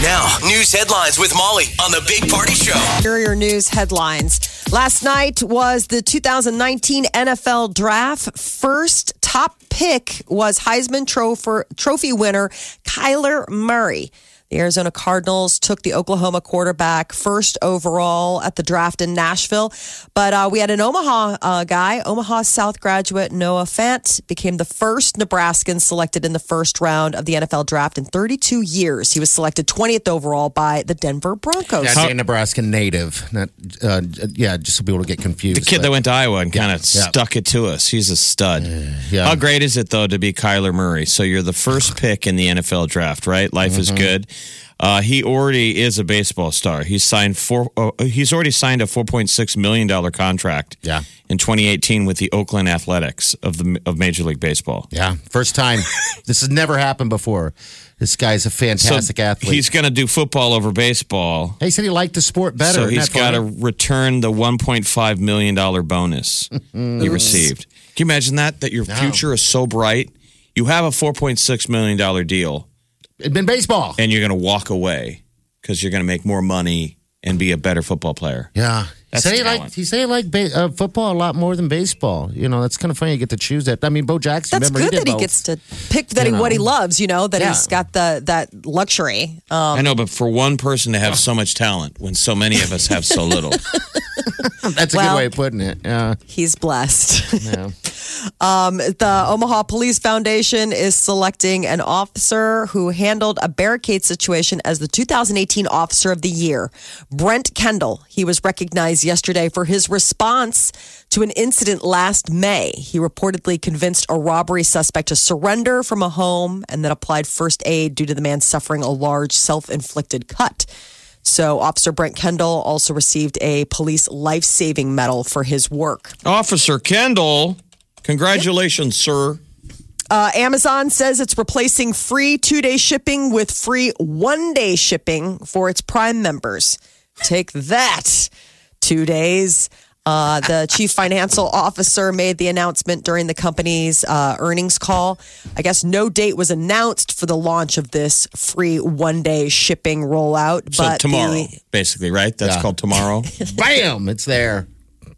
Now, news headlines with Molly on the Big Party Show. Here are your news headlines. Last night was the 2019 NFL Draft. First top pick was Heisman Trophy, trophy winner Kyler Murray. The Arizona Cardinals took the Oklahoma quarterback first overall at the draft in Nashville. But uh, we had an Omaha uh, guy, Omaha South graduate Noah Fant, became the first Nebraskan selected in the first round of the NFL draft in 32 years. He was selected 20th overall by the Denver Broncos. That's a Nebraska native. Not, uh, yeah, just to be able to get confused. The kid but- that went to Iowa and kind of Yeah. stuck it to us. He's a stud. yeah. How great is it though to be Kyler Murray? So you're the first pick in the NFL draft, right? Life is Mm-hmm. good. Uh, he already is a baseball star. He's signed four. oh, he's already signed a 4.6 million dollar contract. Yeah. In 2018 with the Oakland Athletics of the of Major League Baseball. yeah, first time. this has never happened before. This guy's a fantastic athlete. He's going to do football over baseball. he said he liked the sport better. So Isn't he's that got to funny? return the 1.5 million dollar bonus he received. Can you imagine that? That your future is so bright, you have a 4.6 million dollar deal, It'd been baseball. and you're going to walk away because you're going to make more money and be a better football player. Yeah. He That's said he talent. liked, he said he liked ba- uh, football a lot more than baseball. You know, that's kind of funny. You get to choose that. I mean, Bo Jackson. That's remember, good that did he both. gets to pick that he, You know. what he loves. You know that Yeah. he's got the that luxury. Um, I know, but for one person to have so much talent when so many of us have so little, That's a Well- good way of putting it. Yeah. he's blessed. Um, yeah. the Omaha Police Foundation is selecting an officer who handled a barricade situation as the 2018 Officer of the Year, Brent Kendall. He was recognized yesterday for his response to an incident last May. He reportedly convinced a robbery suspect to surrender from a home and then applied first aid due to the man suffering a large self-inflicted cut. So, Officer Brent Kendall also received a police life saving medal for his work. Officer Kendall, congratulations, sir. Uh, Amazon says it's replacing free two day shipping with free one day shipping for its Prime members. Take that, two days. Uh, the chief financial officer made the announcement during the company's uh, earnings call. I guess no date was announced for the launch of this free one day shipping rollout. So but tomorrow, the- basically, right? That's Yeah. called tomorrow. Bam! It's there.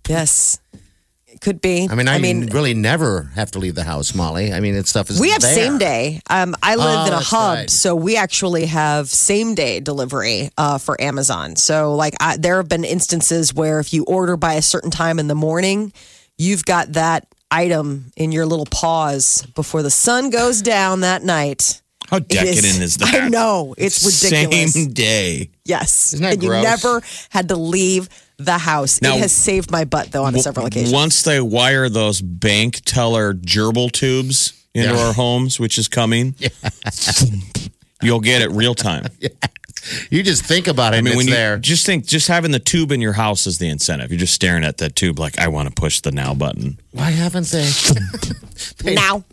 yes, it could be. I mean, I, really never have to leave the house, Molly. I mean, that stuff is We have there. same day. Um, I live Oh, in a that's hub, right. so we actually have same day delivery uh, for Amazon. So, like, I, there have been instances where if you order by a certain time in the morning, you've got that item in your little paws before the sun goes down that night. How It decadent is, that? I know it's ridiculous. Same day. Yes, Isn't that and you gross? never had to leave the house. Now- it has saved my butt though on several occasions. Once they wire those bank teller gerbil tubes into Yeah. our homes, which is coming, you'll get it real time. You just think about it. I mean, and when it's you there. just think, just having the tube in your house is the incentive. You're just staring at that tube like, I want to push the now button. Why haven't they? they now,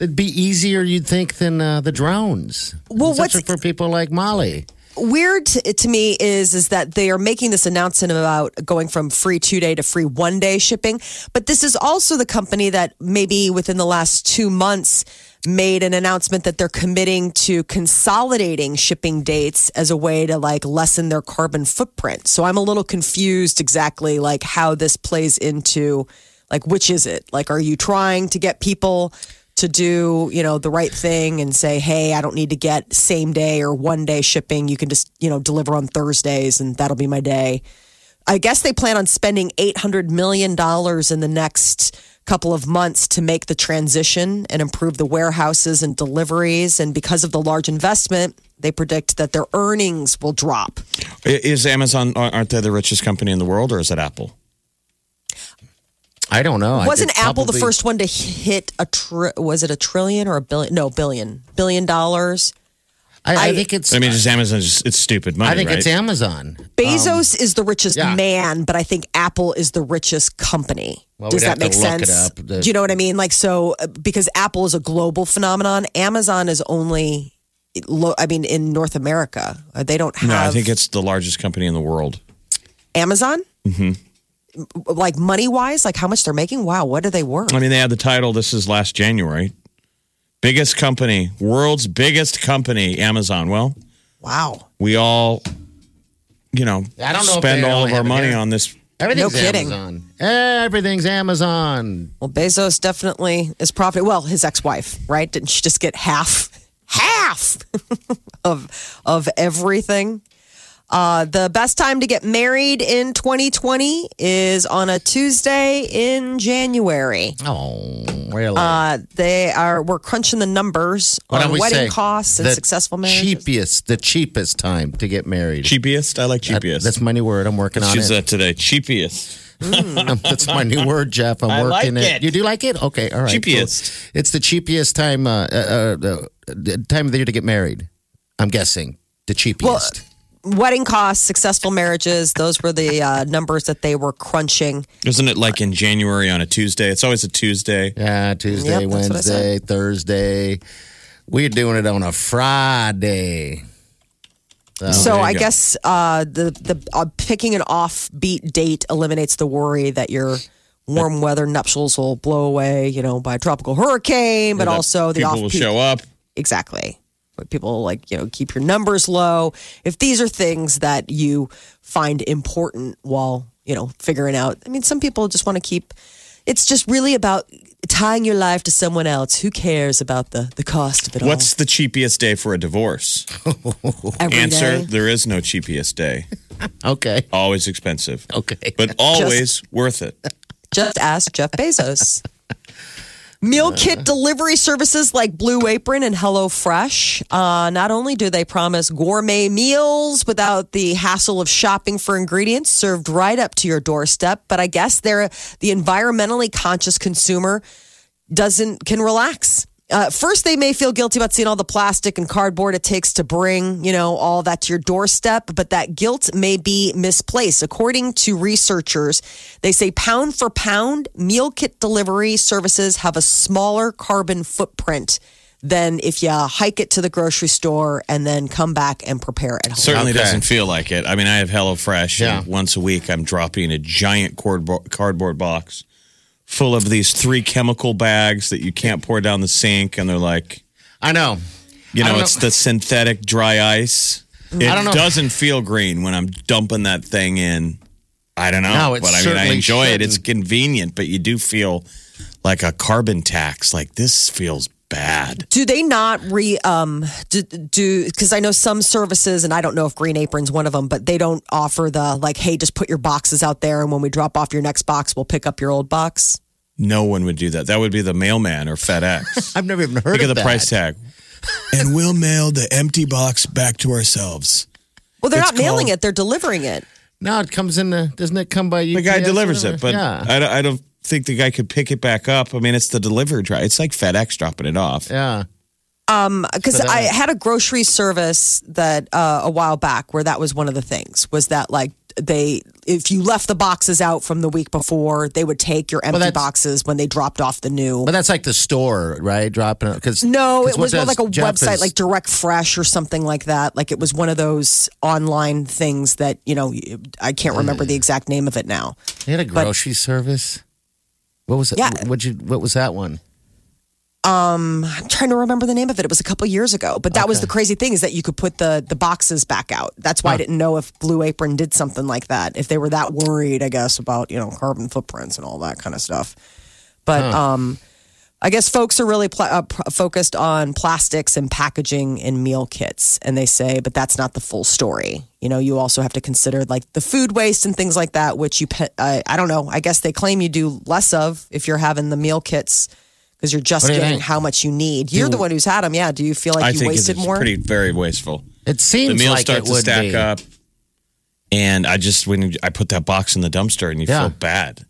It'd be easier, you'd think, than uh, the drones. Well, what's- Especially for people like Molly? weird to, to me is is that they are making this announcement about going from free two day to free one day shipping. But this is also the company that maybe within the last two months made an announcement that they're committing to consolidating shipping dates as a way to like lessen their carbon footprint. So I'm a little confused exactly like how this plays into like which is it? Like are you trying to get people to do you know the right thing and say hey i don't need to get same day or one day shipping you can just you know deliver on thursdays and that'll be my day i guess they plan on spending 800 million dollars in the next couple of months to make the transition and improve the warehouses and deliveries and because of the large investment they predict that their earnings will drop I- Is Amazon, aren't they the richest company in the world, or is it Apple? I don't know. I- wasn't it's apple the probably- first one to hit a tr- was it a trillion or a billion no billion billion dollars I, I, I- think it's. I mean, just Amazon. Just, it's stupid money. I think right? it's Amazon. Bezos is the richest Um, yeah. man, but I think Apple is the richest company. Well, Does we'd that have to make look it sense? up. The- Do you know what I mean? Like, so uh, because Apple is a global phenomenon, Amazon is only, lo- I mean, in North America. Uh, They don't have No, I think it's the largest company in the world. Amazon. Mm-hmm. Like money wise, like how much they're making? Wow, what are they worth? I mean, they had the title. This is last January. Biggest company, world's biggest company, Amazon. Well, Wow. we all, you know, I don't know if spend they all only of our have it money here. on this. Everything's No kidding. Amazon. Everything's Amazon. Well, Bezos definitely is profit. Well, his ex-wife, right? Didn't she just get half, half of of everything? Uh, the best time to get married in 2020 is on a Tuesday in January. Oh, really? Uh, they are we're crunching the numbers Why don't on we wedding say costs and the successful marriages. Cheapest, the cheapest time to get married. Cheapest. I like That- cheapest. that's my new word. I'm working Let's on use it. that uh, today. Cheapest. that's my new word, Jeff. I'm I working like it. You do like it? Okay, all right. cool. Cheapest. It's the cheapest time, uh, uh, uh, uh, time of the year to get married. I'm guessing the cheapest. Wedding costs, successful marriages. Those were the uh, numbers that they were crunching. Isn't it like in January on a Tuesday? It's always a Tuesday. Yeah, Tuesday, Yep, that's what I Wednesday, Thursday. We're doing it on a Friday. So Oh, there you I go. guess uh, the the uh, picking an offbeat date eliminates the worry that your warm weather nuptials will blow away, you know, by a tropical hurricane, but that also the people offbeat will show up. exactly. But people like you know keep your numbers low. If these are things that you find important while you know figuring out, I mean, some people just want to keep. It's just really about tying your life to someone else. Who cares about the the cost of it What's the cheapest day for a divorce? all? Every Answer: day. There is no cheapest day. Okay. Always expensive, Okay. but always worth it. Just ask Jeff Bezos. Meal kit delivery services like Blue Apron and HelloFresh. Uh, not only do they promise gourmet meals without the hassle of shopping for ingredients served right up to your doorstep, but I guess they're the environmentally conscious consumer doesn't can relax. Uh, first, they may feel guilty about seeing all the plastic and cardboard it takes to bring, you know, all that to your doorstep, but that guilt may be misplaced. According to researchers, they say pound for pound, meal kit delivery services have a smaller carbon footprint than if you hike it to the grocery store and then come back and prepare at home. Certainly Okay. doesn't feel like it. I mean, I have HelloFresh. and Yeah. Once a week, I'm dropping a giant cardboard, cardboard box full of these three chemical bags that you can't pour down the sink. And they're like, I know. you I don't know, Mm-hmm. it's the synthetic dry ice. It I don't know. doesn't feel green when I'm dumping that thing in. I don't know. No, it but I mean, I certainly enjoy it. It's shouldn't. convenient, but you do feel like a carbon tax. Like, this feels bad. Do they not re um do do because I know some services and I don't know if Green Apron's one of them, but they don't offer the like, hey, just put your boxes out there, and when we drop off your next box, we'll pick up your old box. No one would do that. That would be the mailman or FedEx. I've never even heard Look of at the that. price tag. and we'll mail the empty box back to ourselves. Well, they're It's not mailing called- it; they're delivering it. No, it comes in the. Doesn't it come by you? The guy delivers it, but yeah, I, don't- I don't think the guy could pick it back up. I mean, it's the delivery drive. It's like FedEx dropping it off. yeah. because Uh, uh, I had a grocery service that uh, a while back where that was one of the things was that like they if you left the boxes out from the week before they would take your empty that's- boxes when they dropped off the new. But that's like the store, right? Dropping it because No, it was more like a Jeff website is- like Direct Fresh or something like that. Like it was one of those online things that, you know, I can't remember the exact name of it now. they had a grocery service. What was it? Yeah. What you? What was that one? I'm trying to remember the name of it. It was a couple years ago. But that was the crazy thing is that you could put the the boxes back out. That's why I didn't know if Blue Apron did something like that. If they were that worried, I guess, about, you know, carbon footprints and all that kind of stuff. But um I guess folks are really pl- uh, pr- focused on plastics and packaging and meal kits. And they say, but that's not the full story. You know, you also have to consider like the food waste and things like that, which you, pe- I, I don't know, I guess they claim you do less of if you're having the meal kits because you're just What do you getting think? how much you need. You're the one who's had them. Yeah. Do you feel like I you think wasted it's more? pretty, very wasteful. It seems the meal like starts it to would stack be. up, and I just when you- I put that box in the dumpster, and you Yeah. feel bad.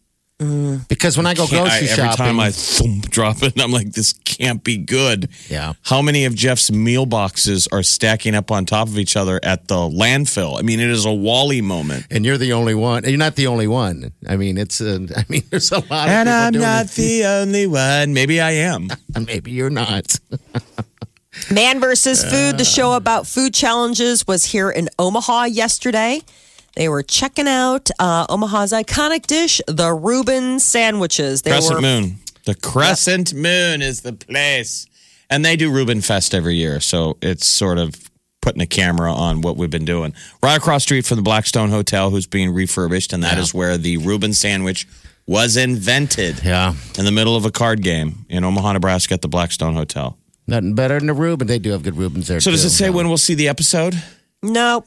Because when I go Can't- grocery I- every shopping, time I thump, drop it, I'm like, this can't be good. Yeah. How many of Jeff's meal boxes are stacking up on top of each other at the landfill? I mean, it is a Wally moment. and you're the only one. You're not the only one. I mean, it's. uh, I mean, there's a lot. And of people I'm doing not the only one. Maybe I am. it. Maybe you're not. Man versus Food, the show about food challenges, was here in Omaha yesterday. They were checking out uh, Omaha's iconic dish, the Reuben sandwiches. They Crescent were Moon. The Crescent Moon is the place. And they do Reuben Fest every year. So it's sort of putting a camera on what we've been doing. Right across street from the Blackstone Hotel, who's being refurbished. And that is where the Reuben sandwich was invented. Yeah. In the middle of a card game in Omaha, Nebraska at the Blackstone Hotel. Nothing better than a Reuben. They do have good Reubens there. So does too. it say when we'll see the episode? No,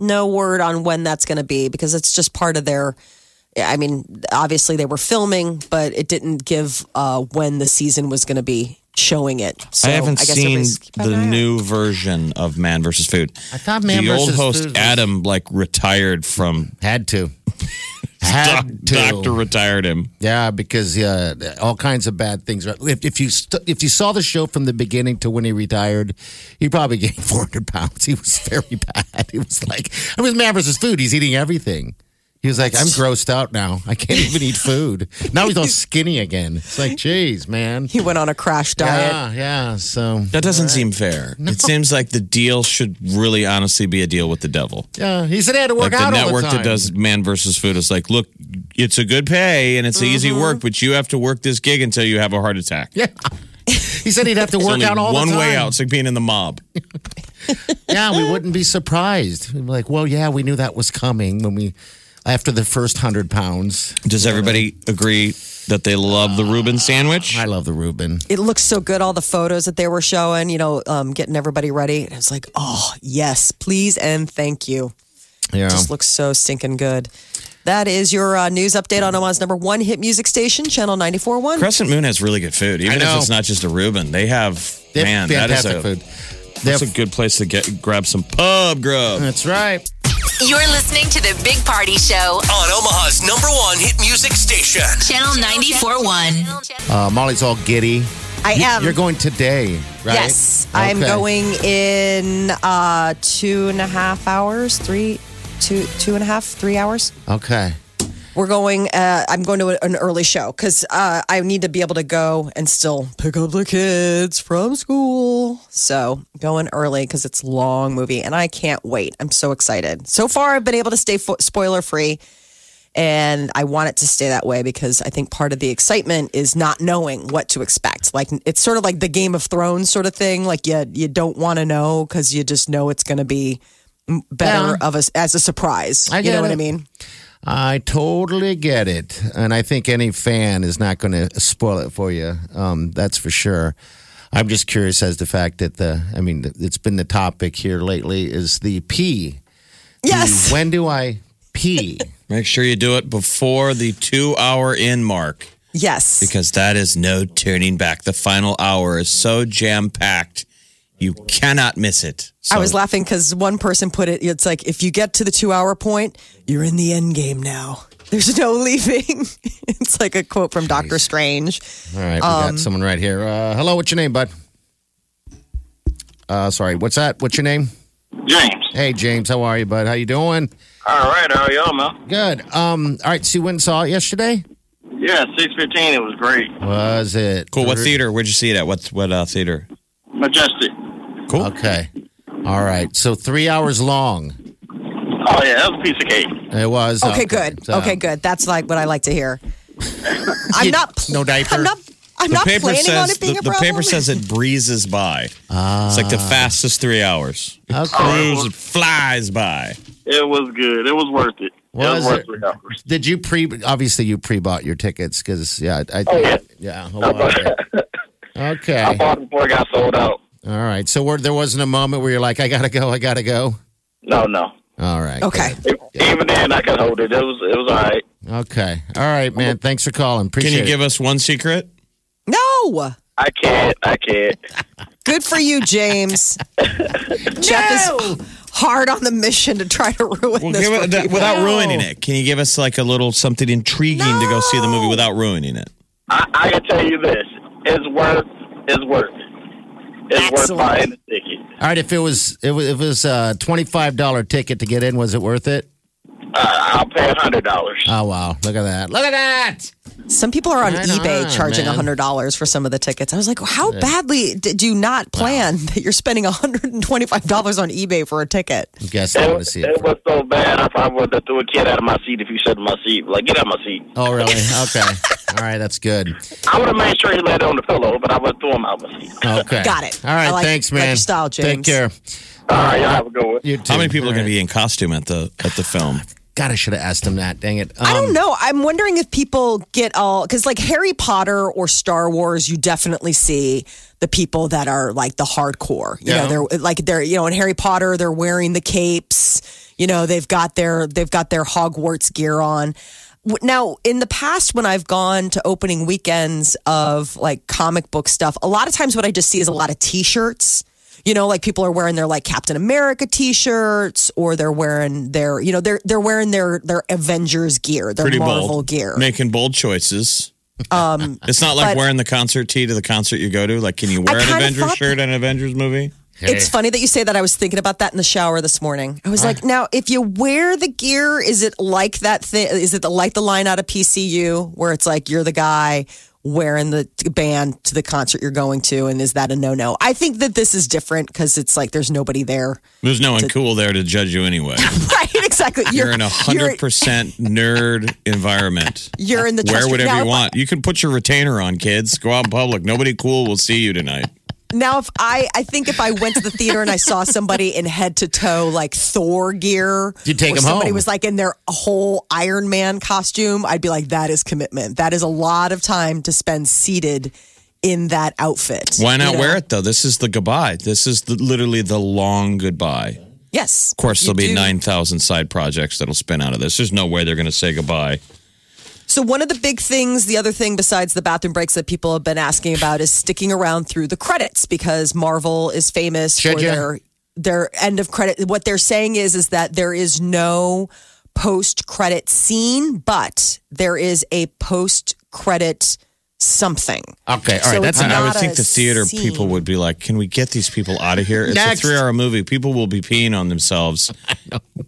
no word on when that's going to be because it's just part of their. I mean, obviously they were filming, but it didn't give uh, when the season was going to be showing it. So I haven't guess seen everybody's keeping an the eye out. new version of Man vs. Food. I thought Man the vs. old host Food was- Adam like retired from Had to. Had to. Doctor retired him. Yeah, because uh, all kinds of bad things. are- If, if you st- if you saw the show from the beginning to when he retired, he probably gained 400 pounds. He was very bad. He was like, I mean, man versus food. He's eating everything. He was like, I'm grossed out now. I can't even eat food. Now he's all skinny again. It's like, geez, man. He went on a crash diet. Yeah, yeah. So That doesn't seem fair. It seems like the deal should really honestly be a deal with the devil. yeah, he said he had to work Like the out all network the time. that does Man versus Food is like, look, it's a good pay and it's easy work, but you have to work this gig until you have a heart attack. Uh-huh. Yeah. He said he'd have to work Only out all one the time. way out. It's like being in the mob. yeah, we wouldn't be surprised. We'd be like, well, yeah, we knew that was coming when we after the first hundred pounds. Does everybody agree that they love the Reuben sandwich? I love the Reuben. It looks so good. All the photos that they were showing, you know, um, getting everybody ready. And I was like, oh yes, please and thank you. Yeah. Just looks so stinking good. That is your uh, news update on Omaha's number one hit music station, Channel 94.1. Crescent Moon has really good food, even if know. it's not just a Reuben. They have, They have man, that is fantastic a, food. They that's a have- good place to get grab some pub grub. that's right. You're listening to the Big Party Show, On Omaha's number one hit music station. Channel 94.1. Uh, Molly's all giddy. I am. You're going today, right? Yes, I'm Okay. going in uh, two and a half hours, three, two, two and a half, three hours. Okay. We're going. Uh, I'm going to an early show because uh, I need to be able to go and still pick up the kids from school. So going early because it's a long movie, and I can't wait. I'm so excited. So far, I've been able to stay fo- spoiler free, and I want it to stay that way because I think part of the excitement is not knowing what to expect. Like it's sort of like the Game of Thrones sort of thing. Like you you don't want to know because you just know it's going to be m- better Yeah. of a, as a surprise. I you know get what I it. mean? I totally get it, and I think any fan is not going to spoil it for you. Um, that's for sure. I'm just curious as the fact that the, I mean, it's been the topic here lately is the pee. Yes. When do I pee? Make sure you do it before the two hour in mark Yes. because that is no turning back. The final hour is so jam packed, you cannot miss it. So I was laughing because one person put it, it's like, if you get to the two hour point, you're in the end game now. There's no leaving. it's like a quote from Doctor Strange. All right, we Um, got someone right here. Uh, hello, what's your name, bud? Uh, sorry, what's that? What's your name? James. Hey, James, how are you, bud? How you doing? All right, how are y'all, man? Good. Um, all right, so you went and saw it yesterday? Yeah, six fifteen. It was great. Was it cool. What theater? Where'd you see it at? What what uh, theater? Majestic. Cool. Okay. All right. So three hours long. Oh yeah, that was a piece of cake. It was. uh, Okay, good. So- okay, good. That's like what I like to hear. I'm not. pl- No diaper. I'm not. I'm not planning on it being the, a the problem. paper says it breezes by. it's like the Ah. fastest three hours. It Oh, cruises, it flies by. It was good. It was worth it. Was it was worth it? three hours. Did you pre? Obviously, you pre-bought your tickets because yeah, I, oh, yeah. yeah. a lot of it. I Okay. bought it before it got sold out. All right. So where there wasn't a moment where you're like, I gotta go, I gotta go. No, no. All right. okay. It- even then, I could hold it. It was it was all right. good. Okay. All right, man. Thanks for calling. Appreciate Can you it. give us one secret? No. I can't. I can't. Good for you, James. Jeff is hard on the mission to try to ruin Well, this give for it, that, people. without ruining it, can you give us like a little something intriguing to go see the movie without ruining it? I, I can tell you this: it's worth. It's worth. it. It's worth Excellent. buying the ticket. All right, if it was if it was a twenty five dollar ticket to get in, was it worth it? Uh, I'll pay a hundred dollars. Oh wow, look at that! Look at that! Some people are on Right eBay on, charging man. hundred dollars for some of the tickets. I was like, how badly did you not plan that you're spending hundred and twenty five dollars on eBay for a ticket? I guess I It, want to was- see it it. was so bad, I probably would have threw a kid out of my seat if you said my seat. Like, get out of my seat. Oh really? Okay. All right, that's good. I would have made sure he landed on the pillow, but I would have threw him out my seat. Okay, Got it. All right, I like- thanks, like man. your style, Take James. care. All right, y'all have a good one. You too. How many people are going to be in costume at the at the film? God, I should have asked him that. Dang it! I Um, don't know. I'm wondering if people get all because, like Harry Potter or Star Wars, you definitely see the people that are like the hardcore. You Yeah. know, they're like they're you know in Harry Potter, they're wearing the capes. You know, they've got their they've got their Hogwarts gear on. W- Now, in the past, when I've gone to opening weekends of like comic book stuff, a lot of times what I just see is a lot of T-shirts. You know, like people are wearing their like Captain America T-shirts, or they're wearing their, you know, they're they're wearing their their Avengers gear, their Pretty Marvel bold. gear. Making bold choices. Um, it's not like but- wearing the concert tee to the concert you go to. Like, can you wear an kinda Avengers thought shirt at an Avengers movie? It's funny that you say that. I was thinking about that in the shower this morning. I was like, now if you wear the gear, is it like that thing? Is it like the line out of PCU where it's like you're the guy wearing the t- band to the concert you're going to, and is that a no no? I think that this is different because it's like there's nobody there. There's no one cool there to judge you anyway. right? Exactly. You're in a hundred percent nerd environment. You're in the Wear trust- whatever Now, you if I- want. You can put your retainer on, kids. Go out in public. Nobody cool will see you tonight. Now, if I, I think if I went to the theater and I saw somebody in head to toe like Thor gear, You'd take or 'em somebody home. was like in their whole Iron Man costume, I'd be like, that is commitment. That is a lot of time to spend seated in that outfit. Why not you know? wear it though? This is the goodbye. This is the, literally the long goodbye. Of Yes, of course, there'll be nine thousand side projects that'll spin out of this. There's no way they're going to say goodbye. So one of the big things, the other thing besides the bathroom breaks that people have been asking about is sticking around through the credits because Marvel is famous Should for ya? their their end of credit. What they're saying is is that there is no post credit scene, but there is a post credit something. Okay, all right. So that's it's I, I not would a think the theater scene. people would be like, "Can we get these people out of here?" It's Next. a three-hour movie. People will be peeing on themselves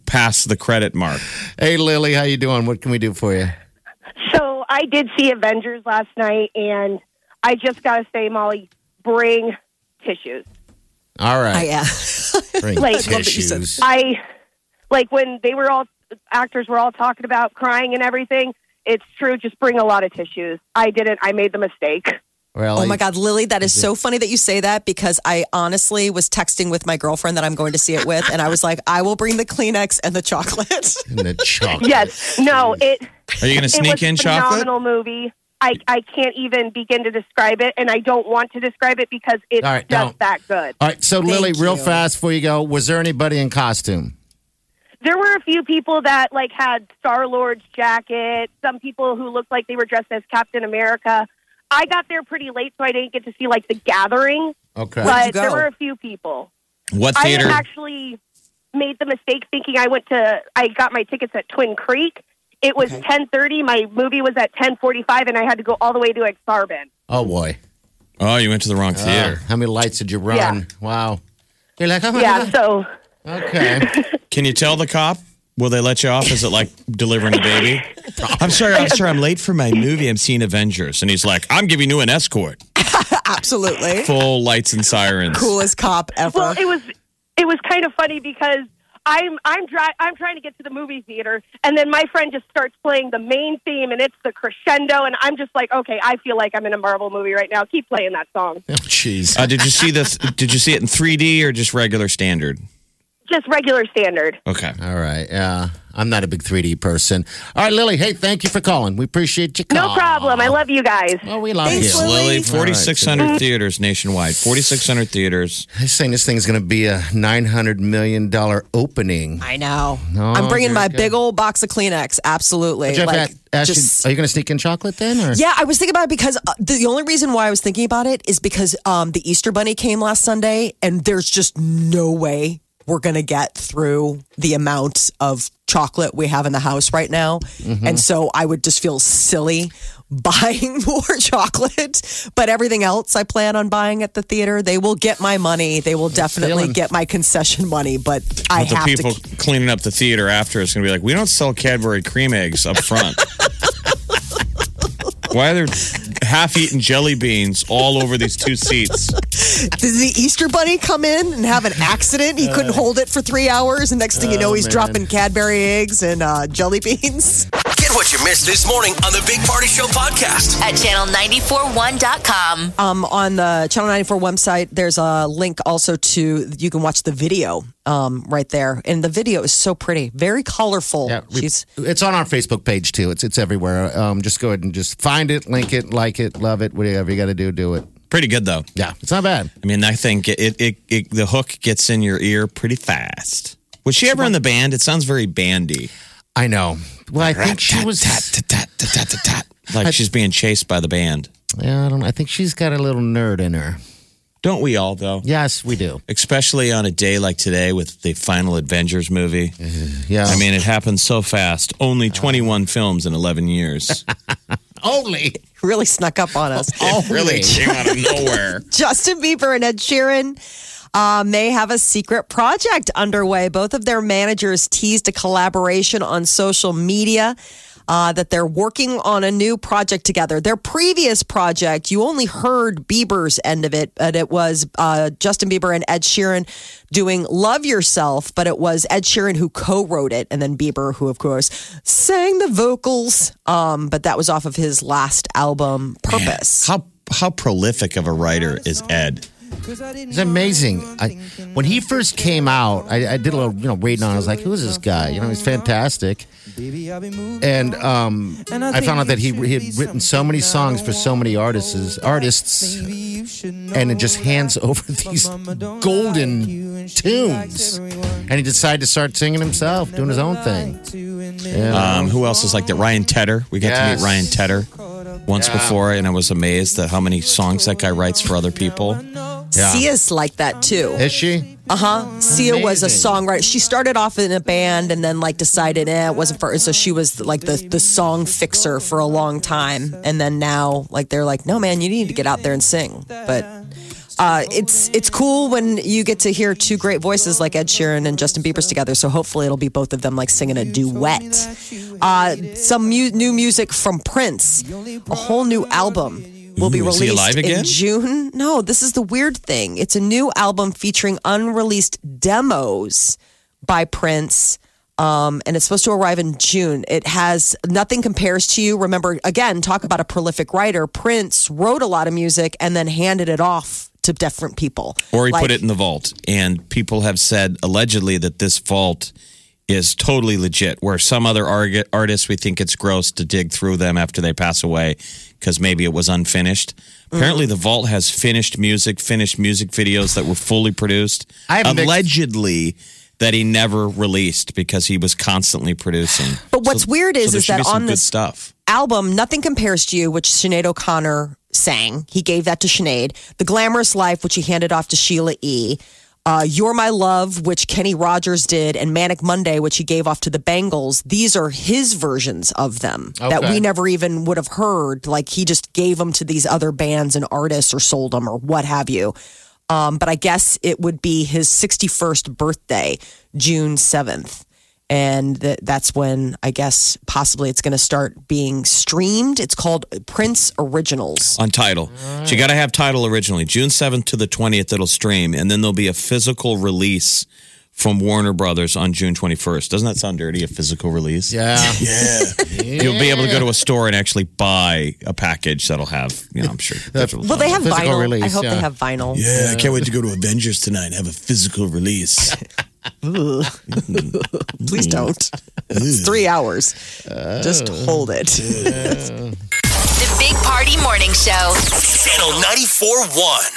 past the credit mark. hey, Lily, how you doing? What can we do for you? So I did see Avengers last night, and I just gotta say, Molly, bring tissues. All I right, uh, bring Like- I love that you said- tissues. I like when they were all actors were all talking about crying and everything. It's true. Just bring a lot of tissues. I didn't. I made the mistake. Well, Oh my God, Lily, that is so funny that you say that because I honestly was texting with my girlfriend that I'm going to see it with, and I was like, I will bring the Kleenex and the chocolate. and the chocolate. Yes. No. It. Are you going to it was sneak in a phenomenal chocolate? movie. I, I can't even begin to describe it, and I don't want to describe it because it's All right, just don't. that good. All right, so Lily, Thank real you. fast before you go, was there anybody in costume? there were a few people that like had Star Lord's jacket, some people who looked like they were dressed as Captain America. I got there pretty late, so I didn't get to see like the gathering, Okay. Where'd you but there go? were a few people. What I had theater? actually made the mistake thinking I went to I got my tickets at Twin Creek. It was ten thirty. My movie was at ten forty five, and I had to go all the way to Exarban. Oh boy. Oh, you went to the wrong Yeah. theater. how many lights did you run? Yeah. Wow. You're like, oh my Yeah, God. so Okay. Can you tell the cop? Will they let you off? Is it like delivering a baby? I'm sorry, officer. I'm late for my movie. I'm seeing Avengers, and he's like, "I'm giving you an escort." Absolutely. Full lights and sirens. Coolest cop ever. Well, it was it was kind of funny because I'm I'm dry, I'm trying to get to the movie theater, and then my friend just starts playing the main theme, and it's the crescendo, and I'm just like, okay, I feel like I'm in a Marvel movie right now. Keep playing that song, Oh, Jeez. Uh, did you see this? Did you see it in 3D or just regular standard? just regular standard. Okay. All right. Yeah. I'm not a big 3D person. All right, Lily. Hey, thank you for calling. We appreciate you No call. problem. I love you guys. Oh, we love Thanks, you. Lily. Lily, All right, 4,600 theaters nationwide. 4,600 theaters. I'm saying this thing's going to be a $900 million opening. I know. No, I'm bringing you're my good. big old box of Kleenex. Absolutely. Jeff, Like, a- Ashton, just- are you going to sneak in chocolate then? Or? yeah, I was thinking about it because uh, the only reason why I was thinking about it is because um, the Easter Bunny came last Sunday, and there's just no way we're going to get through the amount of chocolate we have in the house right now. Mm-hmm. And so I would just feel silly buying more chocolate. But everything else I plan on buying at the theater, they will get my money. They will definitely feeling. get my concession money. But I the have people to. cleaning up the theater after is going to be like, we don't sell Cadbury cream eggs up front. Why are there half-eaten jelly beans all over these two seats? Did the Easter Bunny come in and have an accident? He couldn't hold it for three hours. And next thing Oh, you know, he's dropping Cadbury eggs and uh, jelly beans. Get what you missed this morning on the Big Party Show podcast. at channel941.com. um, on the Channel 94 website, there's a link also to you can watch the video um, right there. And the video is so pretty, very colorful. Yeah, we- She's it's on our Facebook page too. It's it's everywhere. Um, just go ahead and just find it, link it, like it, love it, whatever you got to do, do it. Pretty good though. Yeah, it's not bad. I mean, I think it, it, it, it the hook gets in your ear pretty fast. Was she ever in the band? It sounds very bandy. I know. Well, I think she was. Like she's being chased by the band. Yeah, I don't. know. I think she's got a little nerd in her. Don't we all though? Yes, we do. Especially on a day like today with the final Avengers movie. Yeah, I mean, it happened so fast. Only 21 films in 11 years. only. really snuck up on us. It really came out of nowhere. Justin Bieber and Ed Sheeran. Um, they have a secret project underway. Both of their managers teased a collaboration on social media uh, that they're working on a new project together. Their previous project, you only heard Bieber's end of it, but it was uh, Justin Bieber and Ed Sheeran doing Love Yourself, but it was Ed Sheeran who co wrote it, and then Bieber, who of course sang the vocals. Um, but that was off of his last album, Purpose. How, how prolific of a writer is Ed? It's amazing. I, when he first came out, I, I did a little, you know, reading on. it. I was like, "Who is this guy?" You know, he's fantastic. And um, I found out that he he had written so many songs for so many artists, artists, and it just hands over these golden tunes. And he decided to start singing himself, doing his own thing. Um, who else is like that? Ryan Tedder. We got to Yes. meet Ryan Tedder once before, and I was amazed at how many songs that guy writes for other people. Sia's like that too. Is she? Uh huh. Sia was a Amazing. songwriter. She started off in a band and then like decided eh, it wasn't for her. So she was like the the song fixer for a long time, and then now like they're like, no man, you need to get out there and sing. But uh, it's it's cool when you get to hear two great voices like Ed Sheeran and Justin Bieber's together. So hopefully it'll be both of them like singing a duet. Uh, some mu- new music from Prince, a whole new album. Will be Ooh, is released he alive in again? June. No, this is the weird thing. It's a new album featuring unreleased demos by Prince. Um, and it's supposed to arrive in June. It has nothing compares to you. Remember, again, talk about a prolific writer. Prince wrote a lot of music and then handed it off to different people. Or he Like- put it in the vault, and people have said allegedly that this vault is totally legit. Where some other arg- artists, we think it's gross to dig through them after they pass away because maybe it was unfinished. Mm-hmm. Apparently, the vault has finished music, finished music videos that were fully produced. I have mixed- allegedly. That he never released because he was constantly producing. But what's weird is there is should be that some on good this stuff. album, Nothing Compares to You, which Sinead O'Connor sang. He gave that to Sinead. The Glamorous Life, which he handed off to Sheila E. Uh, You're My Love, which Kenny Rogers did, and Manic Monday, which he gave off to the Bangles. These are his versions of them that Okay. we never even would have heard. Like he just gave them to these other bands and artists or sold them or what have you. Um, but I guess it would be his 61st birthday, June 7th and th- that's when I guess possibly it's going to start being streamed. It's called Prince Originals. on title so you got to have title originally june 7th to the 20th it'll stream and then there'll be a physical release from warner brothers on june 21st doesn't that sound dirty a physical release Yeah. you'll be able to go to a store and actually buy a package that'll have you know i'm sure Well, they have Physical vinyl. I release, hope they yeah. have vinyl. Yeah, I can't wait to go to Avengers tonight and have a physical release. Please don't. it's three hours. Just hold it. The Big Party Morning Show. Channel 94.1.